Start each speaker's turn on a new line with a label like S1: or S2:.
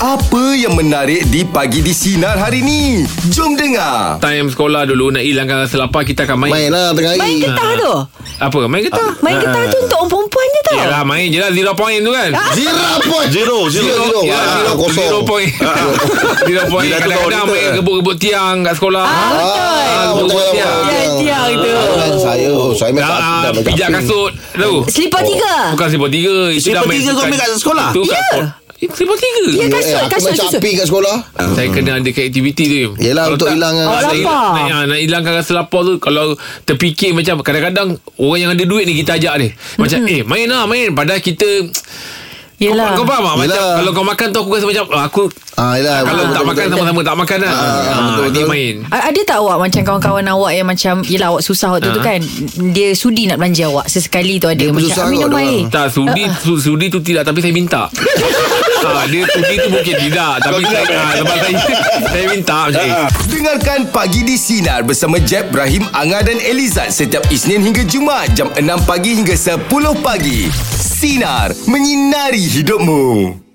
S1: Apa yang menarik di pagi di sinar hari ni? Jom dengar.
S2: Time sekolah dulu Nak hilangkan rasa lapar Kita akan main,
S3: Main lah tengah
S4: Main
S3: hari
S4: getah tu
S2: Apa? Main getah
S3: Eh,
S4: Main getah tu untuk orang perempuan je tau
S2: Yalah main je lah Zero point tu kan
S3: Zero point
S5: Zero, zero.
S3: Zero,
S2: Ya,
S3: Ah,
S2: zero,
S3: kosong.
S2: zero point Zero point
S5: Bila tu
S2: Kadang-kadang
S5: kawan kita.
S2: main gebuk-gebuk tiang Kat sekolah
S3: Ah,
S2: betul.
S3: betul.
S2: Tiang.
S3: Betul.
S4: Tiang tu.
S3: Ah, kan Saya oh, Saya main satu
S2: Ah,
S3: dah main
S2: Pijak
S3: kaping.
S2: kasut Tahu
S3: Oh.
S4: Selipar tiga
S2: Bukan siput tiga Itu
S5: Siput
S2: dah main
S5: tiga kau
S2: bukan-
S5: ambil kat sekolah?
S2: Itu kat yeah. Siput tiga
S4: Ya
S3: Eh,
S4: kasut
S3: Aku
S4: kasut
S3: main
S4: kasut
S3: capi kat sekolah
S2: Saya kena ada aktiviti tu
S3: Yelah, untuk hilangkan
S2: rasa
S4: rasa
S2: lapar
S4: lapar.
S2: nak, nak, nak hilangkan rasa lapar tu Kalau terfikir macam Kadang-kadang Orang yang ada duit ni Kita ajak dia Macam mm-hmm. eh main lah main Padahal kita
S4: Yelah
S2: Kau, kau faham tak? Macam
S3: Yelah.
S2: Kalau kau makan tu Aku rasa macam ah, Aku
S3: Ah, yelah,
S2: Kalau
S3: betul,
S2: tak
S3: betul,
S2: makan
S3: betul.
S2: sama-sama Tak makan lah
S3: betul,
S2: Ah, Ni
S3: betul.
S2: main
S4: A- Ada tak awak macam kawan-kawan awak yang macam Yelah awak susah waktu tu
S2: Ah.
S4: kan Dia sudi nak belanja awak Sesekali tu ada Macam
S3: susah
S4: "Ah, minum
S3: kot Ha. dia
S4: air
S2: tak sudi su, sudi tu tidak tapi saya minta. ha, dia sudi tu mungkin tidak tapi saya ha, lepas saya saya minta macam eh,
S1: Dengarkan Pagi di Sinar bersama Jeb, Ibrahim, Anga dan Elizad setiap Isnin hingga Jumaat jam 6 pagi hingga 10 pagi. Sinar, menyinari hidupmu.